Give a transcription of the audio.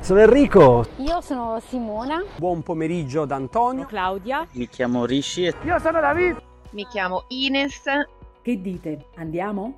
Sono Enrico. Io sono Simona. Buon pomeriggio da Antonio. Claudia. Mi chiamo Rishi. Io sono David. Mi chiamo Ines. Che dite? Andiamo?